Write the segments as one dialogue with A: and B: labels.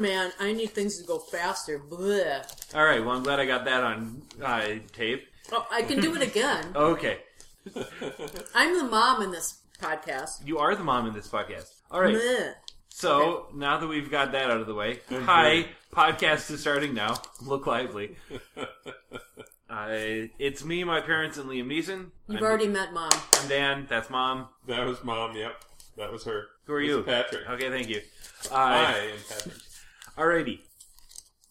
A: man, I need things to go faster. Bleh.
B: All right. Well, I'm glad I got that on uh, tape.
A: Oh, I can do it again.
B: Okay.
A: I'm the mom in this podcast.
B: You are the mom in this podcast. All right.
A: Bleh.
B: So now that we've got that out of the way,
A: Mm-hmm.
B: hi, podcast is starting now. Look lively. Uh, it's me, my parents, and Liam Neeson.
A: You've
B: I'm,
A: already met mom.
B: I'm Dan. That's mom.
C: That was mom. Yep, that was her.
B: Who are
C: It's
B: you?
C: Patrick.
B: Okay, thank you.
C: I
B: Uh,
C: am Patrick.
B: alrighty.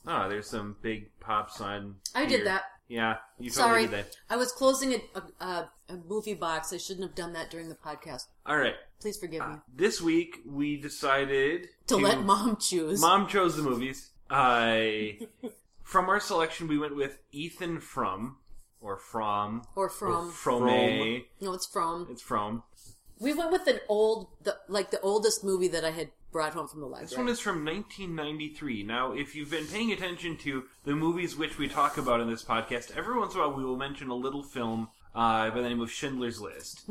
B: Oh, there's some big pops on.
A: I
B: here.
A: did that.
B: Yeah, you
A: Sorry.
B: totally did that.
A: I was closing a, a, a, a movie box. I shouldn't have done that during the podcast.
B: All right.
A: Please forgive me.
B: This week we decided
A: To let mom choose.
B: Mom chose the movies. I from our selection we went with Ethan From or From
A: or from.
B: or Frome.
A: No, it's from.
B: It's From.
A: We went with an old, the, like the oldest movie that I had brought home from the library.
B: This one is from 1993. Now, if you've been paying attention to the movies which we talk about in this podcast, every once in a while we will mention a little film uh, by the name of Schindler's List.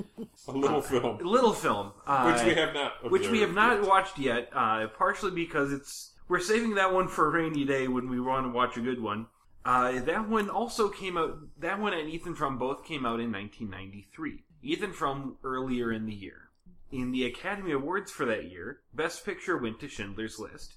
C: A little film,
B: A little film, uh,
C: which we have not.
B: which we
C: observed
B: have not
C: yet.
B: watched yet, uh, partially because it's we're saving that one for a rainy day when we want to watch a good one. Uh, that one also came out. That one and Ethan From both came out in 1993. Ethan From earlier in the year. In the Academy Awards for that year, Best Picture went to Schindler's List,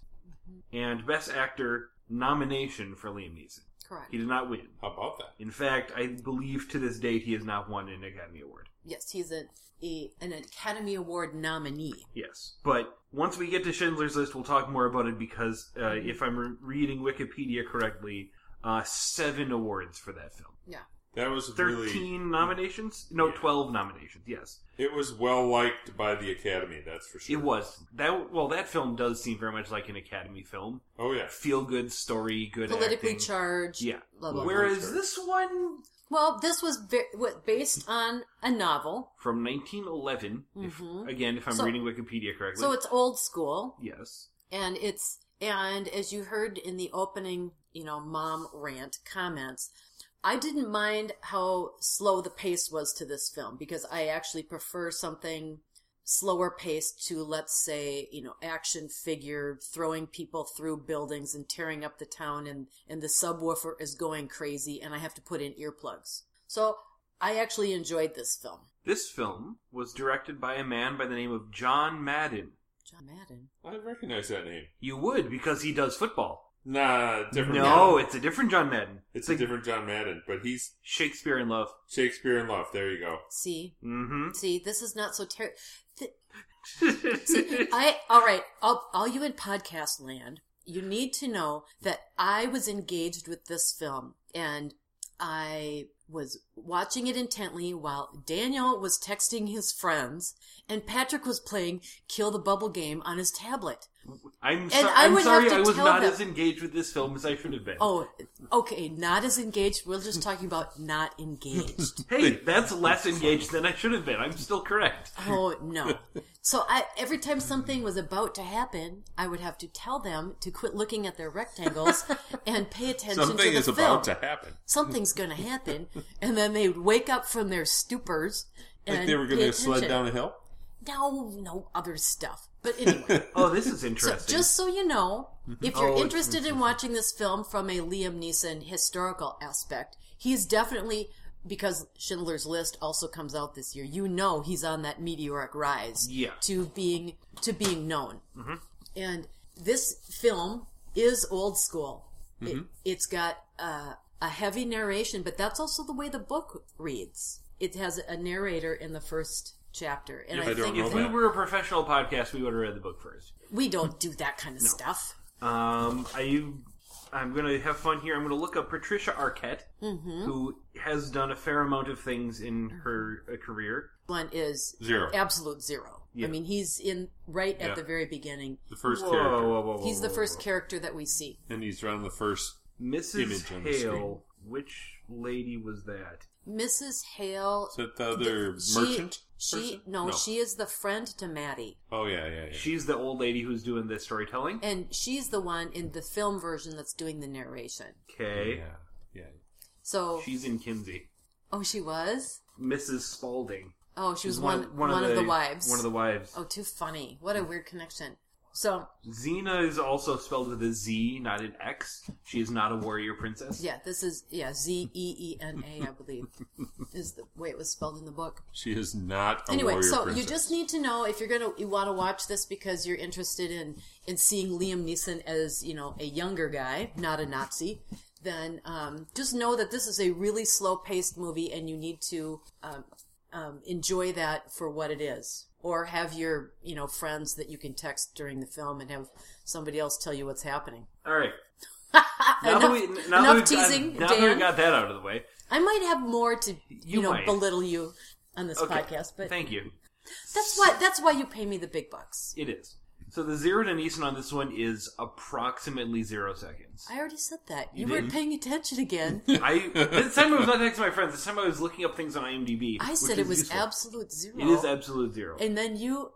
B: and Best Actor nomination for Liam Neeson.
A: Correct.
B: He did not win.
C: How about that?
B: In fact, I believe to this date he has not won an Academy Award.
A: Yes, he's a, a, an Academy Award nominee.
B: Yes, but once we get to Schindler's List, we'll talk more about it because uh,
C: Mm-hmm.
B: if I'm re- reading Wikipedia correctly, uh, seven awards for that film,
A: Yeah.
C: That was really.
B: thirteen nominations, no,
C: Yeah.
B: twelve nominations. Yes,
C: It was well liked by the Academy. That's for sure.
B: it was that. Well, that film does seem very much like an Academy film.
C: Oh yeah.
B: Feel good story, good
A: Politically
B: acting.
A: charged.
B: Yeah.
A: Blah, blah, blah.
C: Where-
B: Whereas this one
A: Well, this was ve- what- based on a novel,
B: from 1911,
A: Mhm.
B: if, again, if I'm
A: So-
B: reading Wikipedia correctly,
A: so it's old school,
B: yes,
A: and it's and as you heard in the opening, you know, mom rant comments. I didn't mind how slow the pace was to this film because I actually prefer something slower paced to, let's say, you know, action figure throwing people through buildings and tearing up the town, and and the subwoofer is going crazy, and I have to put in earplugs. So I actually enjoyed this film.
B: this film was directed by a man by the name of John Madden.
A: John Madden.
C: I recognize that name.
B: You would because he does football.
C: Nah, different.
B: No,
C: John.
B: it's a different John Madden.
C: it's
B: like
C: a different John Madden, but he's
B: Shakespeare in Love.
C: Shakespeare in Love. There you go.
A: See,
B: Mm-hmm.
A: see, this is not so terrible. I all right, all, all you in podcast land, you need to know that I was engaged with this film and I was watching it intently while Daniel was texting his friends and Patrick was playing Kill the Bubble Game on his tablet.
B: I'm, so-
A: And I
B: I'm
A: would
B: sorry,
A: have to
B: I was
A: tell
B: not
A: them-
B: as engaged with this film as I should have been.
A: Oh, okay, not as engaged. We're just talking about not engaged.
B: Hey, that's less engaged than I should have been. I'm still correct.
A: Oh no! So I every time something was about to happen, I would have to tell them to quit looking at their rectangles and pay attention to
C: Something
A: the
C: is
A: film.
C: about to happen.
A: Something's going to happen, and then they would wake up from their stupors and
C: Like they were
A: going
C: going
A: to
C: to sled down a hill.
A: No, no other stuff. But anyway,
B: Oh, this is
A: so
B: interesting.
A: just so you know, if you're
B: Oh, it's-
A: interested in watching this film from a Liam Neeson historical aspect, he's definitely. Because Schindler's List also comes out this year, you know he's on that meteoric rise
B: Yeah. Mm-hmm.
A: to being to being known. And this film is old school.
B: Mm-hmm.
A: It, it's got uh, a heavy narration, but that's also the way the book reads. It has a narrator in the first chapter, and
C: Yeah,
A: I,
C: I don't
A: think
C: know
A: that-
B: if we were a professional podcast, we would have read the book first.
A: we don't do that kind of stuff.
B: Um, I, I'm going to have fun here. I'm going to look up Patricia Arquette,
A: Mm-hmm.
B: who has done a fair amount of things in her uh, career.
A: One is
C: Zero.
A: absolute zero.
B: Yeah.
A: I mean, he's in right at
C: Yeah.
A: the very beginning.
C: The first
B: Whoa,
C: character,
B: whoa, whoa, whoa,
A: He's the
B: whoa,
A: first
B: whoa.
A: character that we see.
C: and he's around the first.
B: Mrs.
C: image on the screen.
B: Hale. Which lady was that?
A: Mrs. Hale.
C: Is that the other
A: she-
C: merchant?
A: She
C: person?
A: no, she is the friend to Maddie.
C: Oh yeah, yeah, yeah.
B: She's the old lady who's doing the storytelling.
A: And she's the one in the film version that's doing the narration.
B: Okay.
C: Yeah, yeah.
A: So,
B: She's in Kinsey.
A: oh, she was?
B: Mrs. Spalding.
A: Oh, she was one, one, of, the, wives.
B: One of the wives.
A: Oh, too funny. What a weird connection. So
B: Xena is also spelled with a Z, not an X. She is not a warrior princess.
A: yeah, this is yeah Z E E N A, I believe, is the way it was spelled in the book.
C: She is not a
A: anyway,
C: warrior
A: so
C: princess.
A: you just need to know if you're gonna you want to watch this because you're interested in in seeing Liam Neeson as you know a younger guy, not a Nazi. Then um, just know that this is a really slow paced movie, and you need to um, um, enjoy that for what it is, or have your you know friends that you can text during the film and have somebody else tell you what's happening.
B: All right. Now that
A: Enough-
B: we, now
A: enough
B: that we've
A: teasing,
B: Got, now that we
A: Dan.
B: got that out of the way.
A: I might have more to you,
B: You
A: know
B: might.
A: belittle you on this
B: Okay.
A: podcast, but
B: Thank you.
A: that's why that's why you pay me the big bucks.
B: It is. So the zero to Neeson on this one is approximately zero seconds.
A: I already said that.
B: You
A: You, weren't paying attention again.
B: I this time I was not texting my friends. This time I was looking up things on IMDb.
A: I
B: which
A: said
B: is
A: it was
B: useful.
A: absolute zero.
B: It is absolute zero.
A: and then you.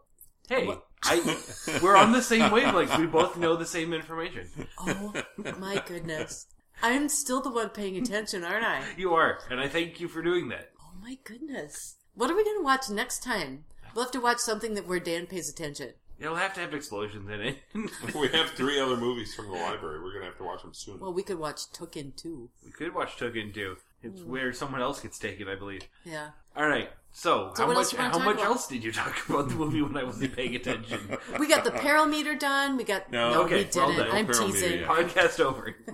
B: hey, I we're on the same wavelength. We both know the same information.
A: Oh my goodness! I'm still the one paying attention, aren't I?
B: You are, and I thank you for doing that.
A: Oh my goodness! What are we going to watch next time? We'll have to watch something that where Dan pays attention.
B: It'll have to have explosions in it.
C: we have three other movies from the library. We're gonna have to watch them soon.
A: Well, we could watch Tookin too.
B: we could watch Token too. It's
A: Hmm.
B: where someone else gets taken, I believe.
A: Yeah.
B: All right. So,
A: So
B: how
A: what
B: much
A: else you wanna
B: how
A: talk
B: much
A: about?
B: else did you talk about the movie when I wasn't paying attention?
A: We got the parameter done. We got
C: No,
A: no,
B: okay,
A: we
B: well
A: didn't.
B: done.
A: I'm
C: Parameter,
A: teasing.
C: yeah.
B: Podcast over.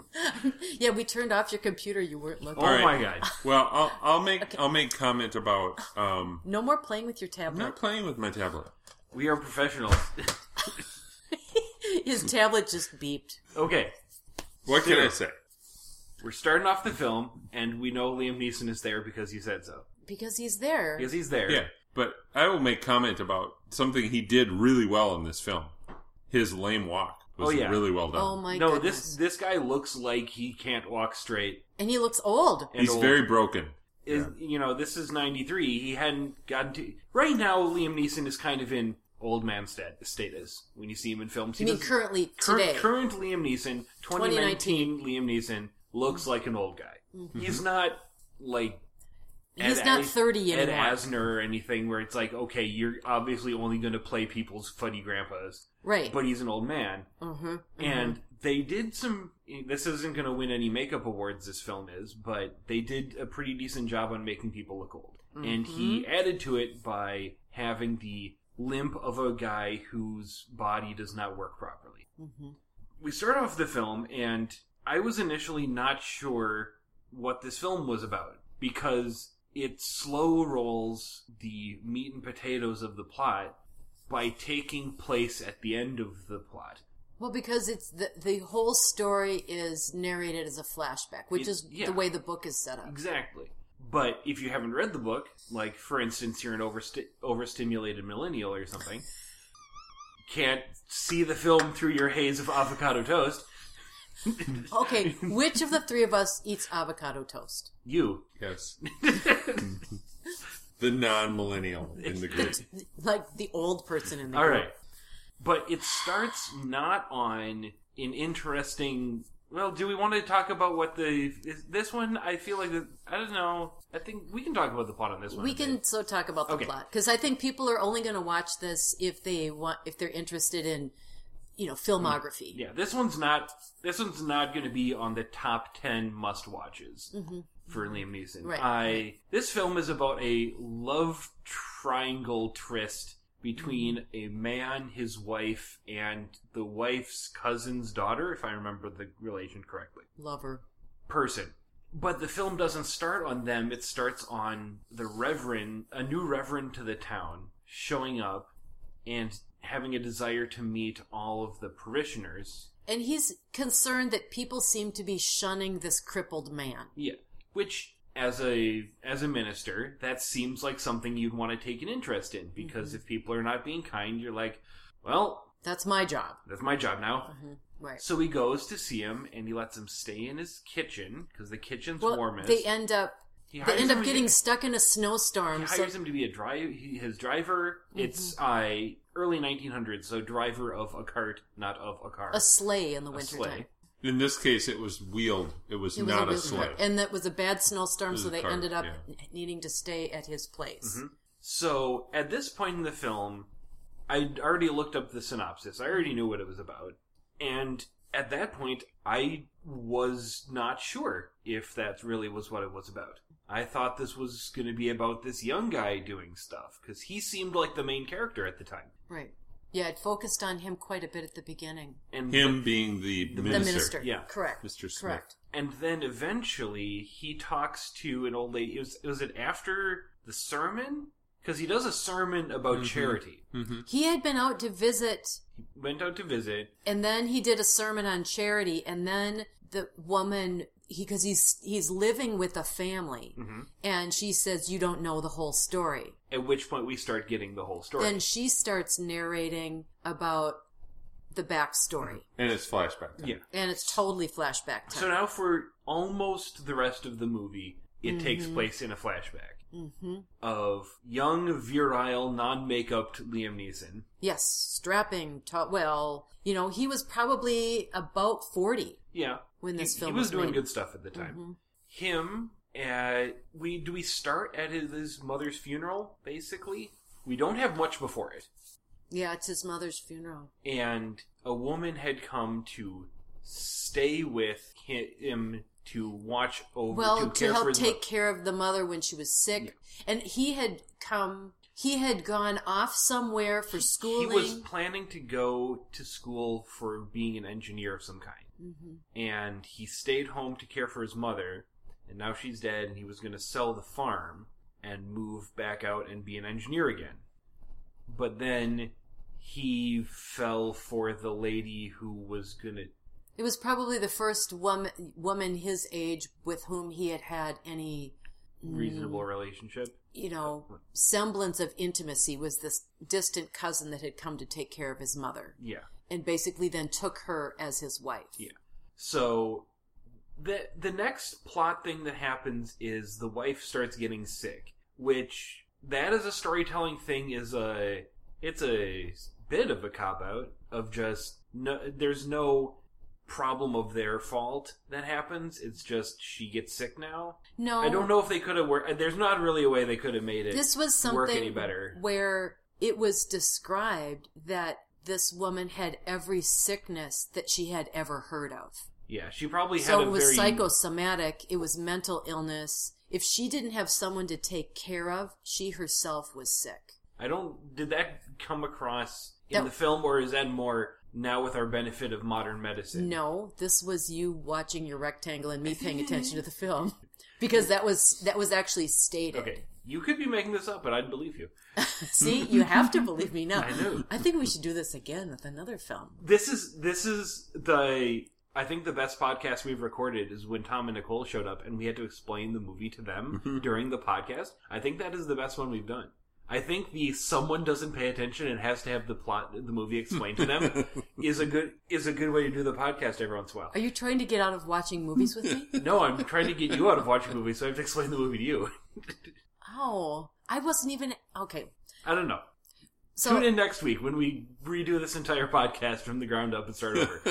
A: Yeah, we turned off your computer. You weren't looking.
B: Oh
C: right.
B: my god.
C: Well, I'll, I'll make I'll make comment about. Um,
A: No more playing with your
C: I'm
A: tablet.
C: not playing with my tablet.
B: We are professionals.
A: His tablet just beeped.
B: okay.
C: What can
B: Zero.
C: I say?
B: We're starting off the film, and we know Liam Neeson is there because you said so.
A: Because he's there.
B: Because he's there.
C: Yeah, but I will make comment about something he did really well in this film. His lame walk was
B: Oh, yeah.
C: really well done.
A: oh my
B: no,
A: goodness.
B: this this guy looks like he can't walk straight.
A: And he looks old.
B: And
C: He's
B: old.
C: very broken.
B: Is, You know, this is '93. He hadn't gotten to. Right now, Liam Neeson is kind of in old man stat- status when you see him in films. He
A: I mean,
B: doesn't-
A: currently
B: cur-
A: today.
B: current Liam Neeson, 2019, Liam Neeson looks like an old guy. He's not like
A: Mm-hmm. he's
B: Ed
A: not
B: As-
A: 30
B: Ed
A: anymore.
B: Asner or anything, where it's like, okay, you're obviously only going to play people's funny grandpas,
A: right.
B: but he's an old man.
A: hmm
B: And they did some. This isn't going to win any makeup awards. This film is, but they did a pretty decent job on making people look old. And he added to it by having the limp of a guy whose body does not work properly.
A: Mm-hmm.
B: We start off the film, and I was initially not sure what this film was about because it slow rolls the meat and potatoes of the plot by taking place at the end of the plot.
A: Well, because it's the, the whole story is narrated as a flashback, which
B: It-
A: is
B: yeah.
A: the way the book is set up.
B: Exactly. But if you haven't read the book, like for instance, you're an oversti- overstimulated millennial or something, can't see the film through your haze of avocado toast.
A: Okay, which of the three of us eats avocado toast?
B: You,
C: Yes. the non millennial in the group.
A: Like the old person in the
B: all
A: group.
B: right. But it starts not on an interesting. Well, do we want to talk about what the is this one? I feel like the, I don't know. I think we can talk about the plot on this one.
A: We
B: I think.
A: can so talk about the
B: Okay.
A: plot because I think people are only going to watch this if they want if they're interested in you know filmography.
B: Mm. Yeah, this one's not. This one's not going to be on the top ten must watches for Liam Neeson.
A: Mm-hmm. Right,
B: I this film is about a love triangle tryst between
A: Mm-hmm.
B: a man, his wife, and the wife's cousin's daughter, if I remember the relation correctly
A: Lover.
B: person. But the film doesn't start on them, it starts on the reverend, a new reverend to the town, showing up and having a desire to meet all of the parishioners.
A: And he's concerned that people seem to be shunning this crippled man.
B: Yeah. Which as a as a minister, that seems like something you'd want to take an interest in because if people are not being kind, you're like, well,
A: That's my job.
B: that's my job now.
C: Mm-hmm.
A: Right.
B: So he goes to see him and he lets him stay in his kitchen because the kitchen's
A: Well,
B: warmest.
A: they end up
B: He
A: they
B: hires
A: end up
B: somebody-
A: getting stuck in a snowstorm.
B: He
A: Um, So,
B: hires him to be a drive his driver. It's uh, early 1900s, so driver of a cart, not of a car.
A: a sleigh in the
B: A
A: wintertime.
C: In this case, it was wheeled. It was
A: It was
C: not a,
A: wheel
C: sleigh.
A: cart. And that was a bad snowstorm,
C: was
A: so
C: a
A: they
C: cart,
A: ended up
C: yeah. Mm-hmm.
A: n- needing to stay at his place.
B: So at this point in the film, I already looked up the synopsis. I already knew what it was about. And at that point, I was not sure if that really was what it was about. I thought this was going to be about this young guy doing stuff because he seemed like the main character at the time.
A: Right. Yeah, it focused on him quite a bit at the beginning.
B: And
C: Him being the, minister.
A: The minister.
B: Yeah.
A: Correct.
C: Mr. Smith.
A: Correct.
B: and then eventually he talks to an old lady. Was, was it after the sermon? Because he does a sermon about charity.
A: He had been out to visit
B: Went out to visit.
A: and then he did a sermon on charity and then the woman he because he's he's living with a family
B: Mm-hmm.
A: and she says you don't know the whole story
B: At which point we start getting the whole story.
A: then she starts narrating about the backstory
C: And it's flashback. time.
B: yeah.
A: and it's totally flashback time
B: Mm-hmm. So now for almost the rest of the movie, it takes place in a flashback
A: Mm-hmm.
B: of young, virile, non-makeup Liam Neeson.
A: yes strapping ta- well you know he was probably about 40
B: Yeah,
A: When this
B: he,
A: film
B: he was,
A: was
B: doing
A: made. Mm-hmm.
B: good stuff at the time. Him, uh, we do we start at his, his mother's funeral. Basically, we don't have much before it,
A: yeah it's his mother's funeral
B: and a woman had come to stay with hi- him to watch over
A: well
B: to,
A: to,
B: care for
A: help
B: his
A: take
B: mo-
A: care of the mother when she was sick and he had come he had gone off somewhere for schooling
B: He was planning to go to school for being an engineer of some kind.
A: Mm-hmm.
B: And he stayed home to care for his mother, and now she's dead, and he was going to sell the farm and move back out and be an engineer again. But then he fell for the lady who was going to.
A: It was probably the first woman woman his age with whom he had had any, mm,
B: Reasonable relationship.
A: you know, semblance of intimacy was this distant cousin that had come to take care of his mother
B: Yeah.
A: and basically then took her as his wife.
B: Yeah. So the the next plot thing that happens is the wife starts getting sick, which that is a storytelling thing is a it's a bit of a cop out of just no there's no problem of their fault that happens. It's just she gets sick now.
A: No.
B: I don't know if they could have worked. There's not really a way they could have made it
A: This was something
B: work any better.
A: where it was described that this woman had every sickness that she had ever heard of.
B: Yeah, she probably had
A: So
B: a
A: it was
B: very
A: psychosomatic. It was mental illness. If she didn't have someone to take care of, she herself was sick.
B: I don't. Did that come across in
A: That-
B: the film, or is that more now with our benefit of modern medicine?
A: No, this was you watching your rectangle and me paying attention to the film because that was that was actually stated.
B: Okay, you could be making this up, but I'd believe you.
A: See, you have to believe me now.
B: I know.
A: I think we should do this again with another film.
B: This is this is the I think the best podcast we've recorded is when Tom and Nicole showed up and we had to explain the movie to them during the podcast. I think that is the best one we've done. I think the someone doesn't pay attention and has to have the plot the movie explained to them is a good is a good way to do the podcast every once in a while.
A: Are you trying to get out of watching movies with me?
B: No, I'm trying to get you out of watching movies, so I have to explain the movie to you.
A: Oh, I wasn't even okay.
B: I don't know.
A: So
B: Tune in next week when we redo this entire podcast from the ground up and start over.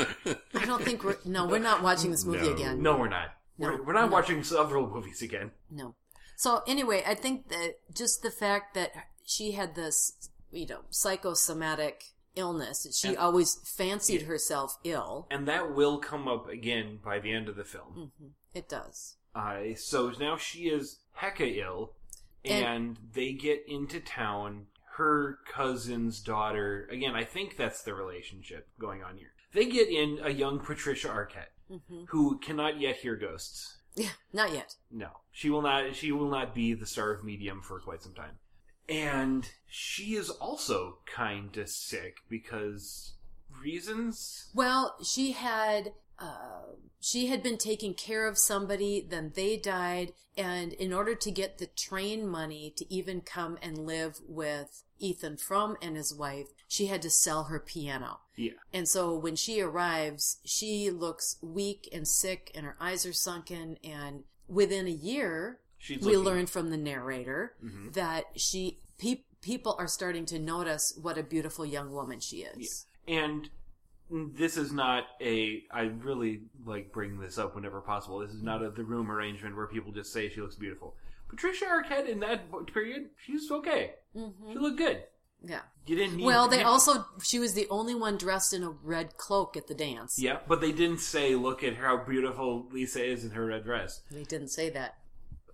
A: I don't think we're no, we're not watching this movie
C: No.
A: again.
B: No, we're not. We're, we're not watching several movies again.
A: No. So anyway, I think that just the fact that she had this, you know, psychosomatic illness, that she always fancied herself ill.
B: And that will come up again by the end of the film.
A: Mm-hmm. It does.
B: Uh, so now she is hecka ill, and, they get into town. Her cousin's daughter, again, I think that's the relationship going on here. They get in a young Patricia Arquette, who cannot yet hear ghosts.
A: Yeah, not yet.
B: No, she will not. She will not be the star of Medium for quite some time. And she is also kind of sick because reasons.
A: Well, she had uh, she had been taking care of somebody, then they died, and in order to get the train money to even come and live with Ethan Frum and his wife, she had to sell her piano.
B: Yeah,
A: And so when she arrives, she looks weak and sick, and her eyes are sunken. And within a year,
B: She's
A: we
B: looking- Mm-hmm.
A: learn from the narrator that she pe- people are starting to notice what a beautiful young woman she is.
B: and this is not a. I really like bring this up whenever possible. This is not a the room arrangement where people just say she looks beautiful. Patricia Arquette in that period, she's okay. She looked good.
A: Yeah.
B: You didn't need
A: Mm-hmm. Well, they
B: yeah.
A: also she was the only one dressed in a red cloak at the dance.
B: Yeah, but they didn't say, look at how beautiful Lisa is in her red dress.
A: They didn't say that.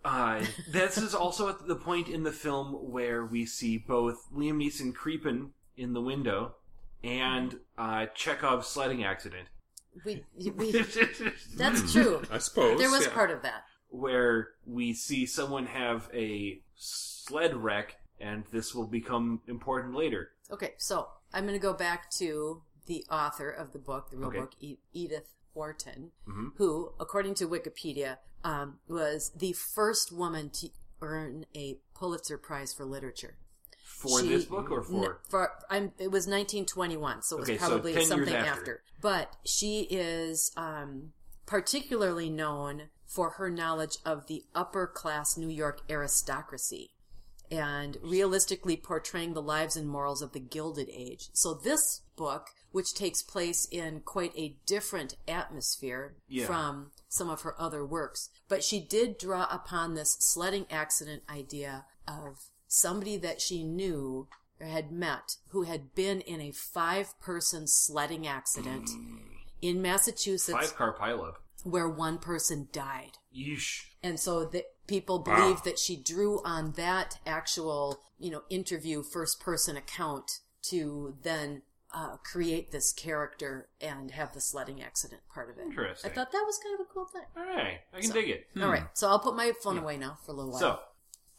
B: Uh, this is also at the point in the film where we see both Liam Neeson creeping in the window and uh, Chekhov's sledding accident.
A: We, we that's true.
C: I suppose.
A: There was
C: yeah.
A: part of that.
B: where we see someone have a sled wreck, and this will become important later.
A: Okay, so I'm going to go back to the author of the book, the real
B: Okay.
A: book, E- Edith Wharton,
C: Mm-hmm.
B: Mhm.
A: who, according to Wikipedia, um, was the first woman to earn a Pulitzer Prize for literature.
B: For
A: She-
B: this book or
A: N-
B: for?
A: for I'm, it was 1921, so it was
B: Okay, so
A: probably
B: 10 years
A: something
B: after.
A: after. But she is um, particularly known for her knowledge of the upper class New York aristocracy and realistically portraying the lives and morals of the Gilded Age. So this book, which takes place in quite a different atmosphere
B: Yeah.
A: from some of her other works, but she did draw upon this sledding accident idea of somebody that she knew or had met who had been in a five-person sledding accident in Massachusetts
B: Mm. Five car pileup.
A: where one person died
B: Yeesh.
A: and so the people
C: Wow.
A: believe that she drew on that actual you know interview first person account to then uh, create this character and have the sledding accident part of it
B: Interesting.
A: i thought that was kind of a cool thing
B: All right, I can
A: So-
B: dig
C: Hmm.
B: it.
A: all right so i'll put my phone away now for a little while
B: So,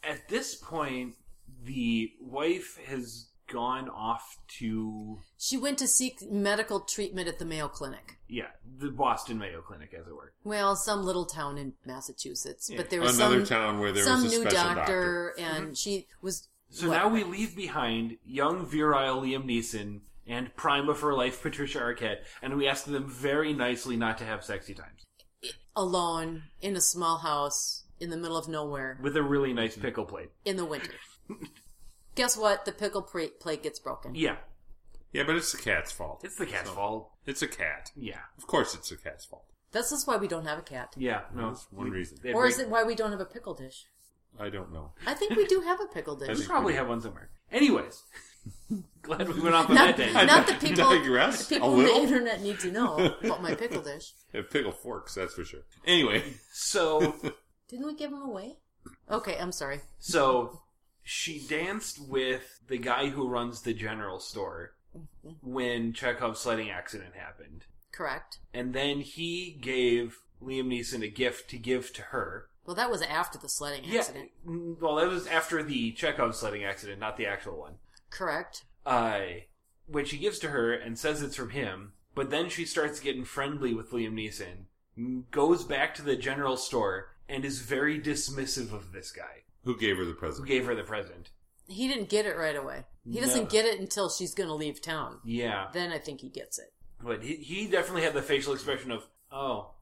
B: at this point, the wife has gone off to,
A: she went to seek medical treatment at the mayo clinic
B: yeah, the Boston Mayo Clinic, as it were.
A: well some little town in massachusetts
B: Yeah.
A: but there was
C: Another
A: some,
C: town where there
A: some
C: was a
A: new
C: special doctor. Mm-hmm.
A: doctor, and she was
B: So
A: what?
B: now we leave behind young, virile Liam Neeson and prime of her life, Patricia Arquette, and we ask them very nicely not to have sexy times.
A: alone in a small house in the middle of nowhere
B: with a really nice
C: Mm-hmm.
B: pickle plate.
A: in the winter. Guess what? The pickle pra- plate gets broken.
B: Yeah,
C: Yeah, but it's the cat's fault.
B: it's the cat's
C: So-
B: fault.
C: It's a cat.
B: Yeah,
C: Of course, it's the cat's fault.
A: This is why we don't have a cat.
B: yeah, no,
C: That's one reason.
B: They'd
A: or is
B: break-
A: it why we don't have a pickle dish?
C: I don't know.
A: I think we do have a pickle
B: We
A: dish.
C: think-
B: probably have one somewhere. Anyways, glad we went off on
A: Not,
B: that day.
A: not the people,
C: Digress a
A: people on the
C: little?
A: internet need to know about my pickle dish.
C: They have pickle forks, that's for sure. Anyway,
B: So,
A: Didn't we give them away? Okay, I'm sorry.
B: so she danced with the guy who runs the general store
A: Mm-hmm.
B: when Chekhov's sledding accident happened,
A: Correct.
B: and then he gave Liam Neeson a gift to give to her.
A: Well, that was after the sledding accident.
B: Yeah, mm, well, that was after the Chekhov sledding accident, not the actual one.
A: Correct.
B: uh, when she gives to her and says it's from him, but then she starts getting friendly with Liam Neeson, m- goes back to the general store, and is very dismissive of this guy
C: who gave her the
B: who
C: present?
B: gave her the present.
A: He didn't get it right away. He doesn't
B: No.
A: get it until she's going to leave town.
B: Yeah,
A: Then I think he gets it.
B: but he, he definitely had the facial expression of, oh,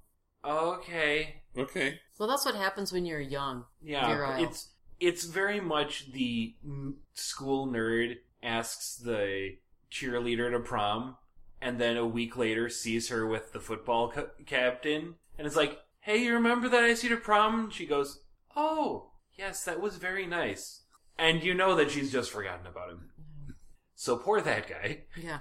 B: okay,
C: Okay.
A: Well, that's what happens when you're young.
B: yeah.
A: Virile.
B: It's it's very much the n- school nerd asks the cheerleader to prom, and then a week later sees her with the football co- captain, and it's like, "Hey, you remember that I see to prom?" And she goes, "Oh, yes, that was very nice." And you know that she's just forgotten about him. So poor that guy.
A: Yeah.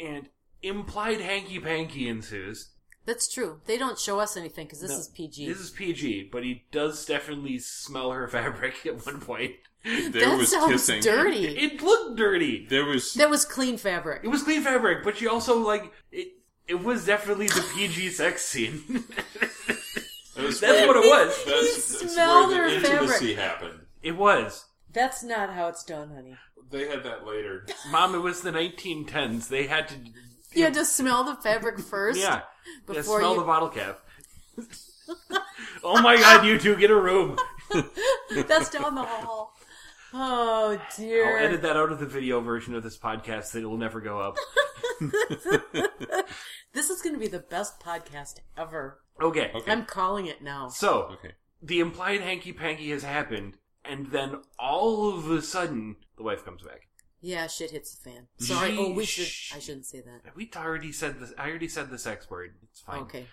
B: And implied hanky panky ensues.
A: That's true. They don't show us anything because this
B: No,
A: is PG.
B: This is PG, but he does definitely smell her fabric at one point.
C: There
A: that
C: was
A: sounds
C: kissing.
A: dirty.
B: It looked dirty.
C: There was
A: that was clean fabric.
B: It was clean fabric, but she also like it. It was definitely the PG sex scene.
C: That was
B: That's what it was.
A: He
C: That's, that's
A: smelled
C: where the
A: her fabric.
C: intimacy happened.
B: It was.
A: That's not how it's done, honey.
C: They had that later.
B: Mom, it was the 1910s. They had to.
A: You had to smell the fabric first.
B: Yeah. Yeah,
A: Before
B: smell
A: you-
B: the bottle cap. oh my god, you two, get a room.
A: That's down the hall. Oh
B: I'll
A: dear.
B: edit that out of the video version of this podcast that it will never go up.
A: This is going to be the best podcast ever.
B: Okay.
C: Okay.
A: I'm calling it now.
B: So,
C: okay.
B: the implied hanky panky has happened, and then all of a sudden, the wife comes back.
A: Yeah, shit hits the fan. Sorry.
B: Yeesh.
A: Oh, we should. I shouldn't say that.
B: We already said this. I already said the sex word. It's fine.
A: Okay.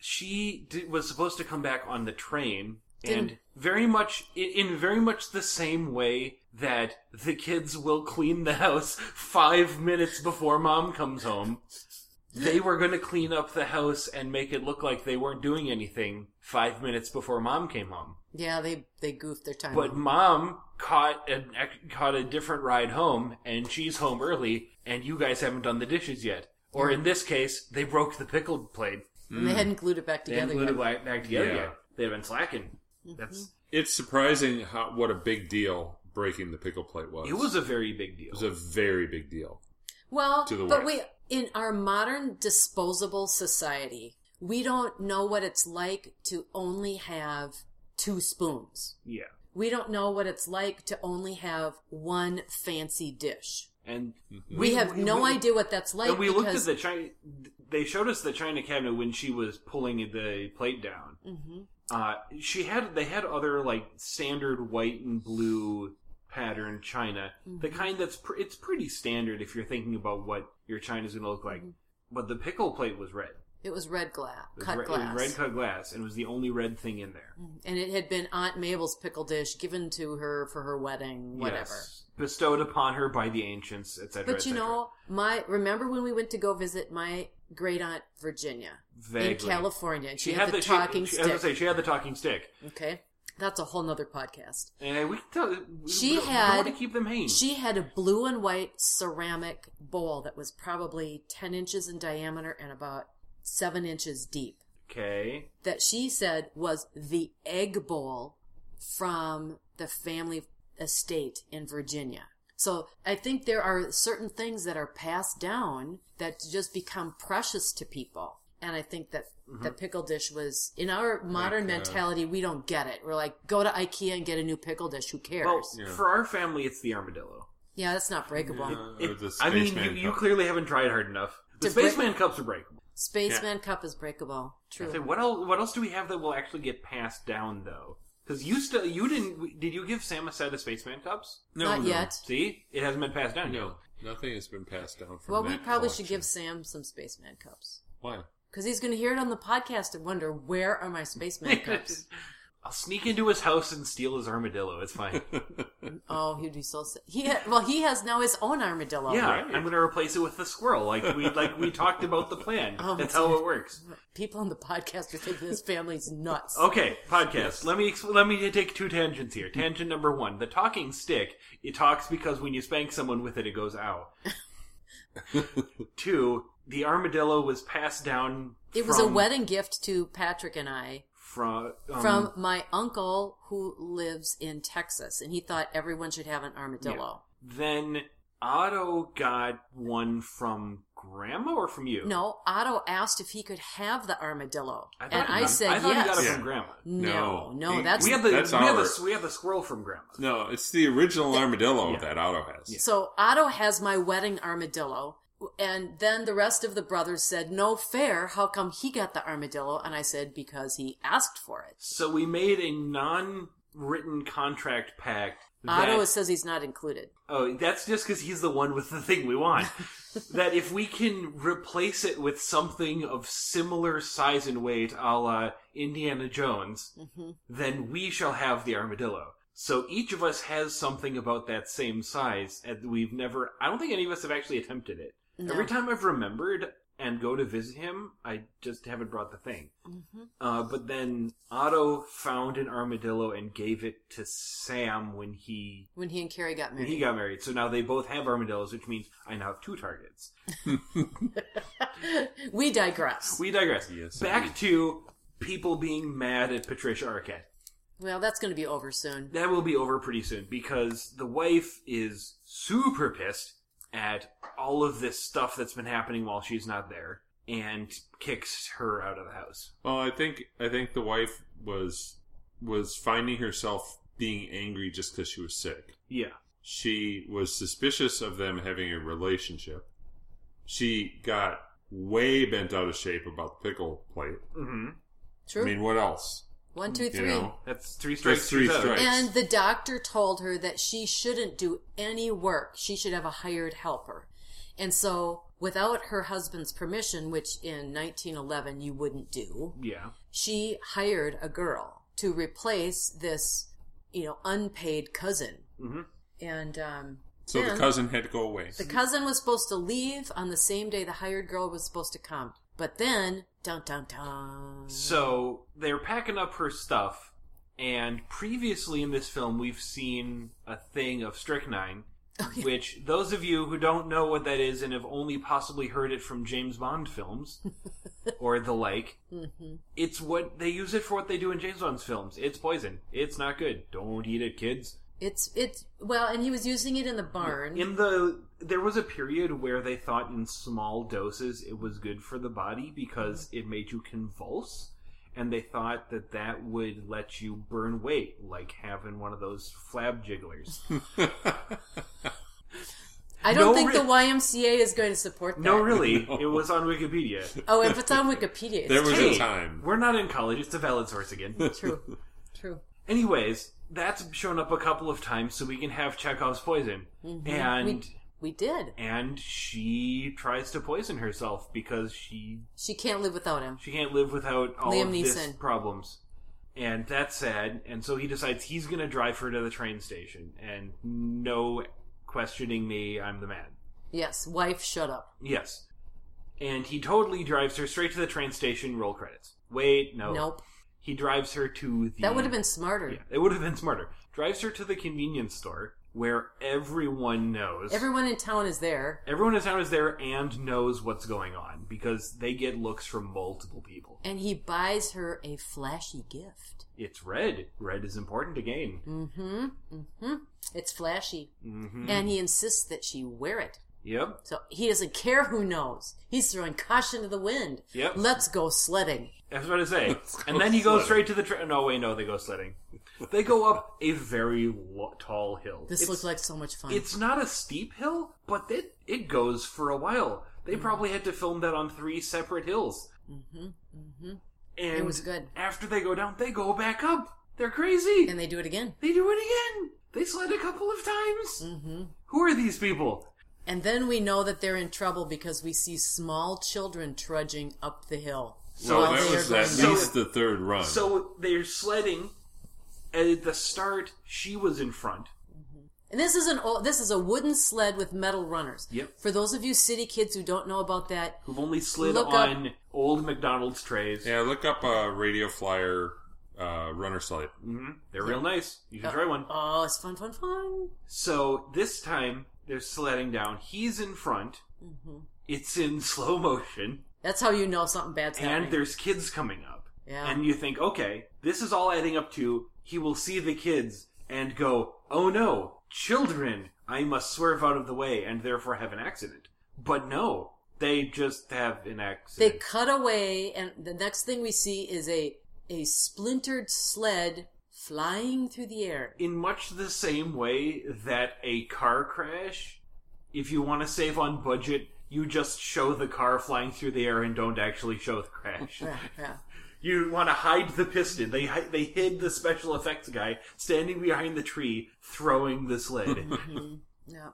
B: She did, was supposed to come back on the train, and
A: Didn't-
B: very much i- in very much the same way that the kids will clean the house five minutes before mom comes home they were going to clean up the house and make it look like they weren't doing anything five minutes before mom came home
A: Yeah, they they goofed their time.
B: but
A: up.
B: mom caught a caught a different ride home, and she's home early, and you guys haven't done the dishes yet. Or in this case, they broke the pickle plate.
A: and they hadn't glued it back
B: mm. They haven't
A: together.
B: glued
A: yet. Mm-hmm.
B: it back back together
C: Yeah.
B: yet. They've been slacking. That's
C: It's surprising how what a big deal breaking the pickle plate was.
B: it was a very big
C: It
B: deal.
C: was a very big deal.
A: Well,
C: to the
A: but
C: west.
A: we in our modern disposable society, we don't know what it's like to only have two spoons.
B: yeah,
A: We don't know what it's like to only have one fancy dish.
B: and
A: Mm-hmm. We, have no
B: we-
A: idea what that's like
B: and we looked at
A: because
B: the China. They showed us the China cabinet when she was pulling the plate down.
A: Mhm.
B: Uh, she had they had other like standard white and blue pattern china, the
A: Mm-hmm.
B: kind that's pr- it's pretty standard if you're thinking about what your china's going to look like. But the pickle plate was red,
A: it was red glass,
B: it was
A: Mm-hmm. cut
B: red,
A: glass,
B: it was red cut glass, and it was the only red thing in there.
A: and it had been Aunt Mabel's pickle dish given to her for her wedding, whatever.
B: Yes. bestowed upon her by the ancients, etc.
A: But you
B: etc..
A: know, my remember when we went to go visit my great aunt Virginia in
B: Vaguely.
A: California, and she, had, the, talking
B: she, I
A: stick.
B: was gonna say she had the talking stick,
A: okay, that's a whole nother podcast.
B: and we can tell we-
A: She
B: we don't- we don't
A: had-
B: want to keep them hanging.
A: She had a blue and white ceramic bowl that was probably ten inches in diameter and about seven inches deep.
B: okay,
A: That she said was the egg bowl from the family estate in Virginia. So I think there are certain things that are passed down that just become precious to people. And I think that the pickle dish was in our modern
C: Mm-hmm. Like, uh,
A: mentality, we don't get it. We're like, go to IKEA and get a new pickle dish. Who cares?
B: well
C: Yeah.
B: for our family, it's the armadillo.
A: yeah, that's not breakable.
C: Yeah, or Oh, the
B: I mean, you,
C: spaceman
B: you
C: cup.
B: clearly haven't tried hard enough. The
A: To break-
B: spaceman cups are breakable.
A: Spaceman cup is breakable. True.
B: So what else? What else do we have that will actually get passed down though? Because you still you didn't did you give Sam a set of spaceman cups?
C: No,
A: Not
C: no.
A: yet.
B: See, it hasn't been passed down.
C: No, nothing has been passed down from.
A: Well, we
C: that
A: probably should
C: collection.
A: give Sam some spaceman cups
C: Why?
A: because he's going to hear it on the podcast and wonder where are my spaceman
B: yet.
A: cups.
B: I'll sneak into his house and steal his armadillo. It's fine.
A: Oh, he'd be so sad. He ha- well, he has now his own armadillo.
B: yeah,
C: right.
B: I'm gonna replace it with the squirrel. Like we like we talked about the plan.
A: Oh,
B: That's
A: my
B: how
A: God.
B: it works.
A: People on the podcast are thinking this family's nuts.
B: Okay, podcast. Let me exp- let me take two tangents here. Tangent number one: the talking stick. It talks because when you spank someone with it, it goes ow. two: the armadillo was passed down.
A: It was a
B: from-
A: wedding gift to Patrick and I
B: from um,
A: from my uncle who lives in Texas, and he thought everyone should have an armadillo.
B: Then Otto got one from Grandma or from you?
A: No, Otto asked if he could have the armadillo,
B: I thought
A: and
B: he
A: I
B: got-
A: said
B: I thought he got
A: yes.
B: it
C: Yeah.
B: from Grandma.
A: No, no,
C: He-
A: that's
B: We had the
C: That's
B: we had
C: our-
B: the we had the squirrel from Grandma.
C: No, it's the original armadillo
B: Yeah.
C: that Otto has.
A: So Otto has my wedding armadillo. And then the rest of the brothers said, No fair. How come he got the armadillo? And I said, Because he asked for it.
B: So we made a non-written contract pact. that-
A: Otto says he's not included.
B: Oh, that's just because he's the one with the thing we want. that if we can replace it with something of similar size and weight, a la Indiana Jones, then we shall have the armadillo. So each of us has something about that same size, and we've never. I don't think any of us have actually attempted it. Every time I've remembered and go to visit him, I just haven't brought the thing. Uh, but then Otto found an armadillo and gave it to Sam when he
A: When he and Carrie got
B: when
A: married.
B: he got married. So now they both have armadillos, which means I now have two targets.
A: we digress.
B: We digress.
C: Yes,
B: Back
C: indeed.
B: to people being mad at Patricia Arquette.
A: well, that's going to be over soon.
B: That will be over pretty soon because the wife is super pissed at all of this stuff that's been happening while she's not there and kicks her out of the house.
C: Well, I think I think the wife was was finding herself being angry just because she was sick.
B: Yeah.
C: She was suspicious of them having a relationship. She got way bent out of shape about the pickle plate.
B: Mm-hmm.
C: I
A: True.
C: mean, what else?
A: One, two,
C: You
A: three.
C: know,
B: That's three strikes.
C: That's three
B: she's out.
C: strikes.
A: And the doctor told her that she shouldn't do any work. She should have a hired helper. And so, without her husband's permission, which in 1911 you wouldn't do,
B: Yeah.
A: she hired a girl. to replace this, you know, unpaid cousin.
B: Mhm.
A: And um,
C: So the
A: then
C: cousin had to go away.
A: the
B: Hmm.
A: cousin was supposed to leave on the same day the hired girl was supposed to come. But then, dun dun dun.
B: So they're packing up her stuff, and previously in this film, we've seen a thing of strychnine, which those of you who don't know what that is and have only possibly heard it from James Bond films or the like, it's what they use it for. What they do in James Bond's films, it's poison. It's not good. Don't eat it, kids.
A: It's it's well, and he was using it in the barn.
B: In the there was a period where they thought in small doses it was good for the body because it made you convulse, and they thought that that would let you burn weight, like having one of those flab jigglers.
A: I don't
B: No
A: think
B: re-
A: the YMCA is going to support that.
B: no, really,
C: No.
B: it was on Wikipedia.
A: Oh, if it's on Wikipedia, it's
C: There was
A: true.
C: a time.
B: We're not in college; it's a valid source again.
A: true. True.
B: Anyways, that's shown up a couple of times, so we can have Chekhov's poison,
C: Mm-hmm.
B: and
A: We did.
B: and she tries to poison herself because she
A: She can't live without him.
B: She can't live without all
A: Liam
B: of this
A: Neeson.
B: problems. And that's sad. And so he decides he's going to drive her to the train station. And no questioning me, I'm the man.
A: Yes, wife, shut up.
B: Yes. And he totally drives her straight to the train station, roll credits. Wait, no.
A: Nope.
B: He drives her to the.
A: That would have been smarter.
B: Yeah, it would have been smarter. Drives her to the convenience store where everyone knows.
A: Everyone in town is there,
B: Everyone in town is there and knows what's going on because they get looks from multiple people.
A: and he buys her a flashy gift.
B: It's red. Red is important again.
A: Mm-hmm. Mm-hmm. It's flashy,
B: Mm-hmm.
A: and he insists that she wear it.
B: Yep.
A: So he doesn't care who knows. He's throwing caution to the wind.
B: Yep.
A: Let's go sledding.
B: That's what I say.
C: Let's
B: and
C: go
B: then he goes
C: sledding.
B: straight to the train. No, wait, no, they go sledding. They go up a very lo- tall hill.
A: This
B: it's,
A: looks like so much fun.
B: it's not a steep hill, but it it goes for a while. They
A: Mm.
B: probably had to film that on three separate hills. Mm-hmm. Mm-hmm. And
A: It was good.
B: After they go down, they go back up. They're crazy.
A: and they do it again.
B: they do it again. They sled a couple of times. Mm-hmm. Who are these people?
A: And then we know that they're in trouble because we see small children trudging up the hill.
C: So
A: while
C: that
A: they
C: was
A: are
C: at
A: going-
C: least the third run.
B: So they're sledding. and At the start, she was in front.
A: And this is an old, this is a wooden sled with metal runners.
B: Yep.
A: For those of you city kids who don't know about that,
B: who've only slid
A: Look up-
B: on old McDonald's trays.
C: yeah, look up a radio flyer uh, runner slide.
B: Mhm. They're real nice. You should try one.
A: oh, it's fun, fun, fun.
B: So this time they're sledding down. He's in front.
A: Mm-hmm.
B: It's in slow motion,
A: That's how you know something bad's happening.
B: and there's kids coming up.
A: Yeah.
B: And you think, okay, this is all adding up to he will see the kids and go, oh no, children, I must swerve out of the way and therefore have an accident. But no, they just have an
A: they
B: accident.
A: cut away, and the next thing we see is a a splintered sled flying through the air.
B: in much the same way that a car crash, if you want to save on budget, you just show the car flying through the air and don't actually show the crash.
A: Yeah, yeah.
B: you want to hide the piston. They hi- they hid the special effects guy standing behind the tree throwing the sled,
A: Mm-hmm. yeah.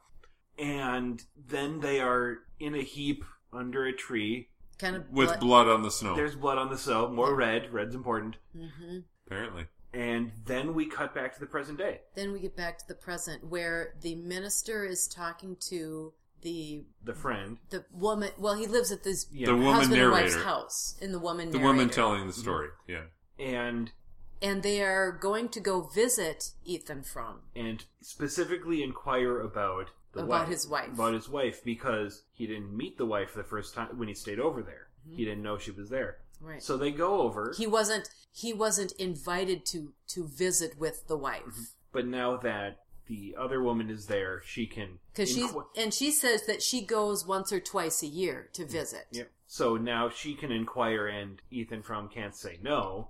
B: and then they are in a heap under a tree.
A: Kind of
C: With
A: blood-
C: blood on the snow,
B: There's blood on the snow. More red. Red's important.
A: Mm-hmm.
C: apparently.
B: And then we cut back to the present day.
A: Then we get back to the present where the minister is talking to the
B: The friend.
A: the woman. Well, he lives at this
B: Yeah.
C: The woman
A: husband and wife's
C: narrator.
A: house in the woman.
C: The
A: narrator.
C: woman telling the story.
B: Mm-hmm.
C: Yeah.
B: And
A: and they are going to go visit Ethan Frome.
B: and specifically inquire about the
A: About
B: wife,
A: his wife.
B: about his wife because he didn't meet the wife the first time when he stayed over there. He didn't know she was there.
A: Mm-hmm. Right.
B: So they go over,
A: he wasn't he wasn't invited to to visit with the wife
B: but now that the other woman is there, she can
A: because she
B: inqu-
A: and she says that she goes once or twice a year to visit.
B: yeah. So now she can inquire, and Ethan from can't say no.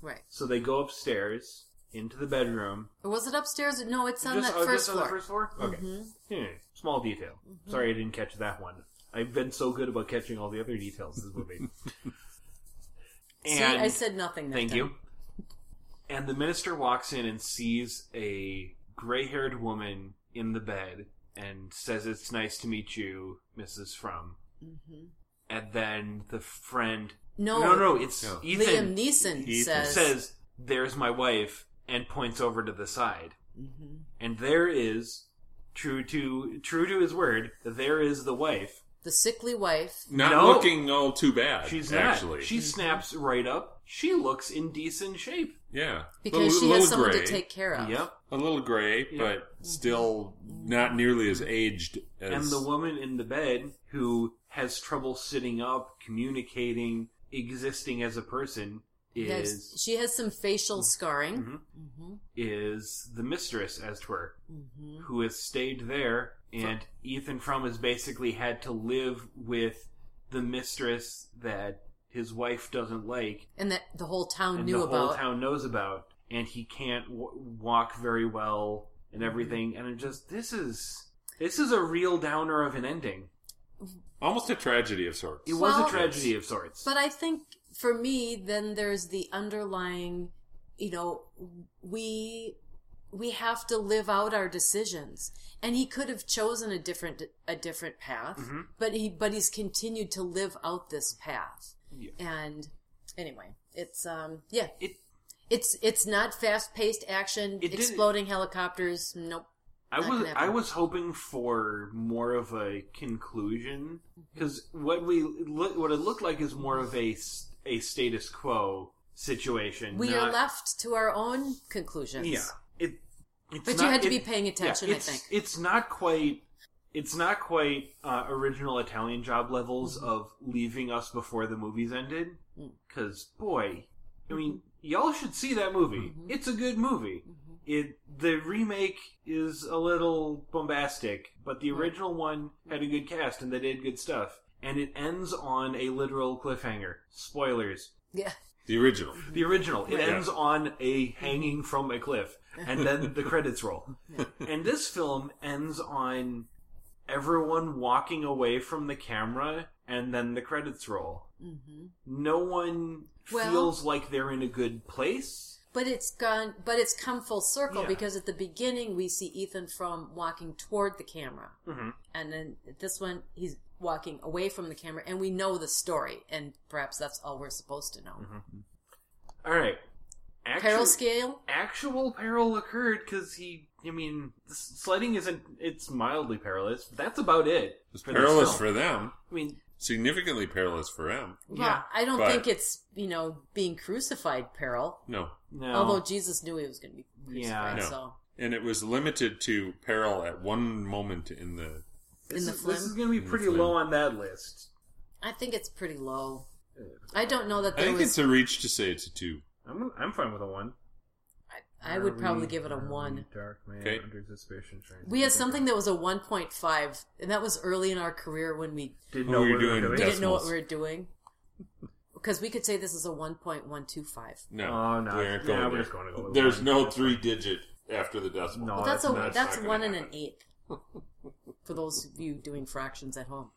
A: Right.
B: So they go upstairs into the bedroom.
A: Or was it upstairs? No, it's on
B: just,
A: that
B: oh,
A: first
B: just
A: floor. Mm-hmm.
B: on the first floor. Okay. Hmm. Small detail. Sorry, I didn't catch that one. I've been so good about catching all the other details this movie.
A: See, I said nothing. that
B: Thank
A: time.
B: you. And the minister walks in and sees a gray haired woman in the bed and says, It's nice to meet you, Mrs. Frum.
A: Mm-hmm.
B: And then the friend.
A: No,
B: No, no, it's
C: No.
B: Ethan.
A: Liam Neeson
C: Ethan
A: says,
B: Says, there's my wife, and points over to the side.
A: hmm
B: And there is, true to true to his word, there is the wife.
A: The sickly wife.
C: Not
B: No.
C: looking all too bad.
B: She's not.
C: Uh, actually.
A: Mm-hmm.
B: She snaps right up. She looks in decent shape.
C: yeah.
A: Because
C: Little-
A: she has
C: little
A: someone
C: gray.
A: to take care of.
B: Yep.
C: A little gray, but still not nearly as aged as
B: And the woman in the bed who has trouble sitting up, communicating, existing as a person
A: Yes,
B: is
A: She has some facial scarring.
B: Mhm,
A: Mm-hmm.
B: is the mistress, as it were,
A: Mm-hmm.
B: who has stayed there. And Ethan Frum has basically had to live with the mistress that his wife doesn't like,
A: And that the whole town
B: and
A: Oh, knew
B: the whole
A: about.
B: town knows about, and he can't w- walk very well and everything. And it just this is this is a real downer of an ending.
C: almost a tragedy of sorts.
B: It was
A: Well-
B: a tragedy of sorts.
A: But I think for me, then there's the underlying, you know, we we have to live out our decisions. And he could have chosen a different a different path,
B: Mhm.
A: but he but he's continued to live out this path.
B: Yeah.
A: And anyway, it's um yeah,
B: It-
A: it's it's not fast paced action,
B: It didn't-
A: exploding helicopters. Nope.
B: I
A: Not
B: was
A: gonna
B: I
A: happen.
B: was hoping for more of a conclusion
A: Mm-hmm.
B: because what we look what it looked like is more of a s- a status quo situation.
A: We are
B: not-
A: left to our own conclusions.
B: Yeah, it. It's
A: But you
B: not-
A: had to
B: it-
A: be paying attention, I
B: it's,
A: think.
B: it's not quite. It's not quite uh, original Italian job levels
A: Mm-hmm.
B: of leaving us before the movies ended.
A: Mm.
B: Because boy, I
A: Mm-hmm.
B: mean, y'all should see that movie. It's a good movie. It the remake is a little bombastic, but the original one had a good cast and they did good stuff. And it ends on a literal cliffhanger. Spoilers.
A: Yeah.
C: The original.
B: The original. It
C: Yeah.
B: ends on a hanging from a cliff, and then the credits roll. And this film ends on everyone walking away from the camera, and then the credits roll.
A: hmm
B: No one
A: Well-
B: feels like they're in a good place.
A: But it's gone. But it's come full circle
B: Yeah.
A: because at the beginning we see Ethan from walking toward the camera,
B: Mm-hmm.
A: and then this one he's walking away from the camera, and we know the story, and perhaps that's all we're supposed to know.
B: All right. Actu-
A: Peril scale.
B: actual peril occurred because he. I mean, s- sledding isn't. It's mildly perilous. But that's about it.
C: It's
B: for this
C: perilous
B: film.
C: for them.
B: I mean,
C: Significantly perilous for him.
A: well,
B: yeah.
A: I don't
C: but-
A: think it's you know being crucified peril.
C: No.
B: No.
A: Although Jesus knew he was going to be
B: Yeah,
A: crucified,
C: no.
A: so
C: And it was limited to peril at one moment in the
A: in the
B: This is- This is
A: flim,
B: going to be
C: the
B: pretty
C: flim.
B: low on that list.
A: I think it's pretty low. I don't know that
C: I
A: there
C: think it's
A: was.
C: a reach to say it's a two.
B: I'm, I'm fine with a one.
A: I I would probably give it a one.
B: Dark man
C: Okay.
B: under suspicion. trying to
A: We had
B: think
A: something that was a 1.5, and that was early in our career when we
B: of- Didn't
C: Oh,
B: know
C: we were
B: what we
C: doing
A: we
B: were
A: didn't know what
C: Decimals.
A: we were doing. Because we could say this is a 1.125.
C: No.
B: Oh, no.
C: We aren't
B: No,
C: going
B: we're
C: there.
B: just gonna go with
C: There's
B: one.
C: no three digit after the decimal.
B: No.
A: But
B: Oh,
A: that's,
B: that's
A: a
B: not-
A: that's
C: that's not
A: one
C: gonna
A: and an eighth. For those of you doing fractions at home.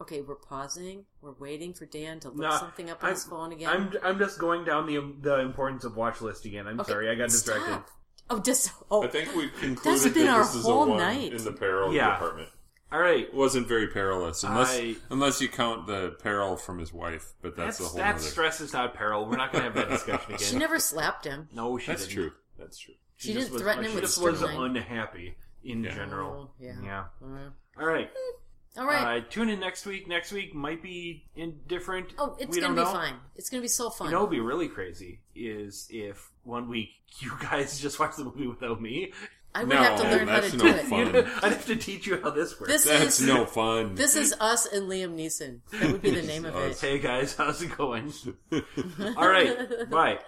A: Okay, we're pausing. We're waiting for Dan to look
B: Nah,
A: something up on
B: I'm-
A: his phone again.
B: I'm, I'm just going down the the importance of watch list again. I'm
A: Okay,
B: sorry, I got distracted.
A: Stop. Oh, just oh,
C: I think we've concluded
A: That's
C: that
A: been our
C: this is a
A: whole
C: one
A: night.
C: in the peril
B: Yeah.
C: department.
B: All right,
C: It wasn't very perilous, unless
B: I-
C: unless you count the peril from his wife. But
B: that's
C: that's, the whole.
B: that
C: nother-
B: stress is not peril. We're not going to have that discussion again.
A: she never slapped him.
B: no, she
C: That's
B: didn't.
C: true. That's true.
A: She
B: just
A: didn't
B: was-
A: threaten him
B: she
A: with
B: just was
A: sternline.
B: unhappy in
C: Yeah.
B: general.
A: Oh, yeah.
B: yeah.
A: Uh,
B: All right.
A: all right.
B: Uh, tune in next week. Next week might be indifferent.
A: oh, it's
B: we
A: gonna
B: don't
A: be
B: know.
A: fine. It's gonna be so fun.
B: You know, what would be really crazy is if one week you guys just watch the movie without me.
A: I would
C: No,
A: have to learn how to
C: that's
A: do
C: no
A: it.
C: fun.
B: I'd have to teach you how this works.
A: This
C: That's
A: is
C: no fun.
A: This is us and Liam Neeson. That would be the name of it.
B: hey guys, how's it going? All right, bye.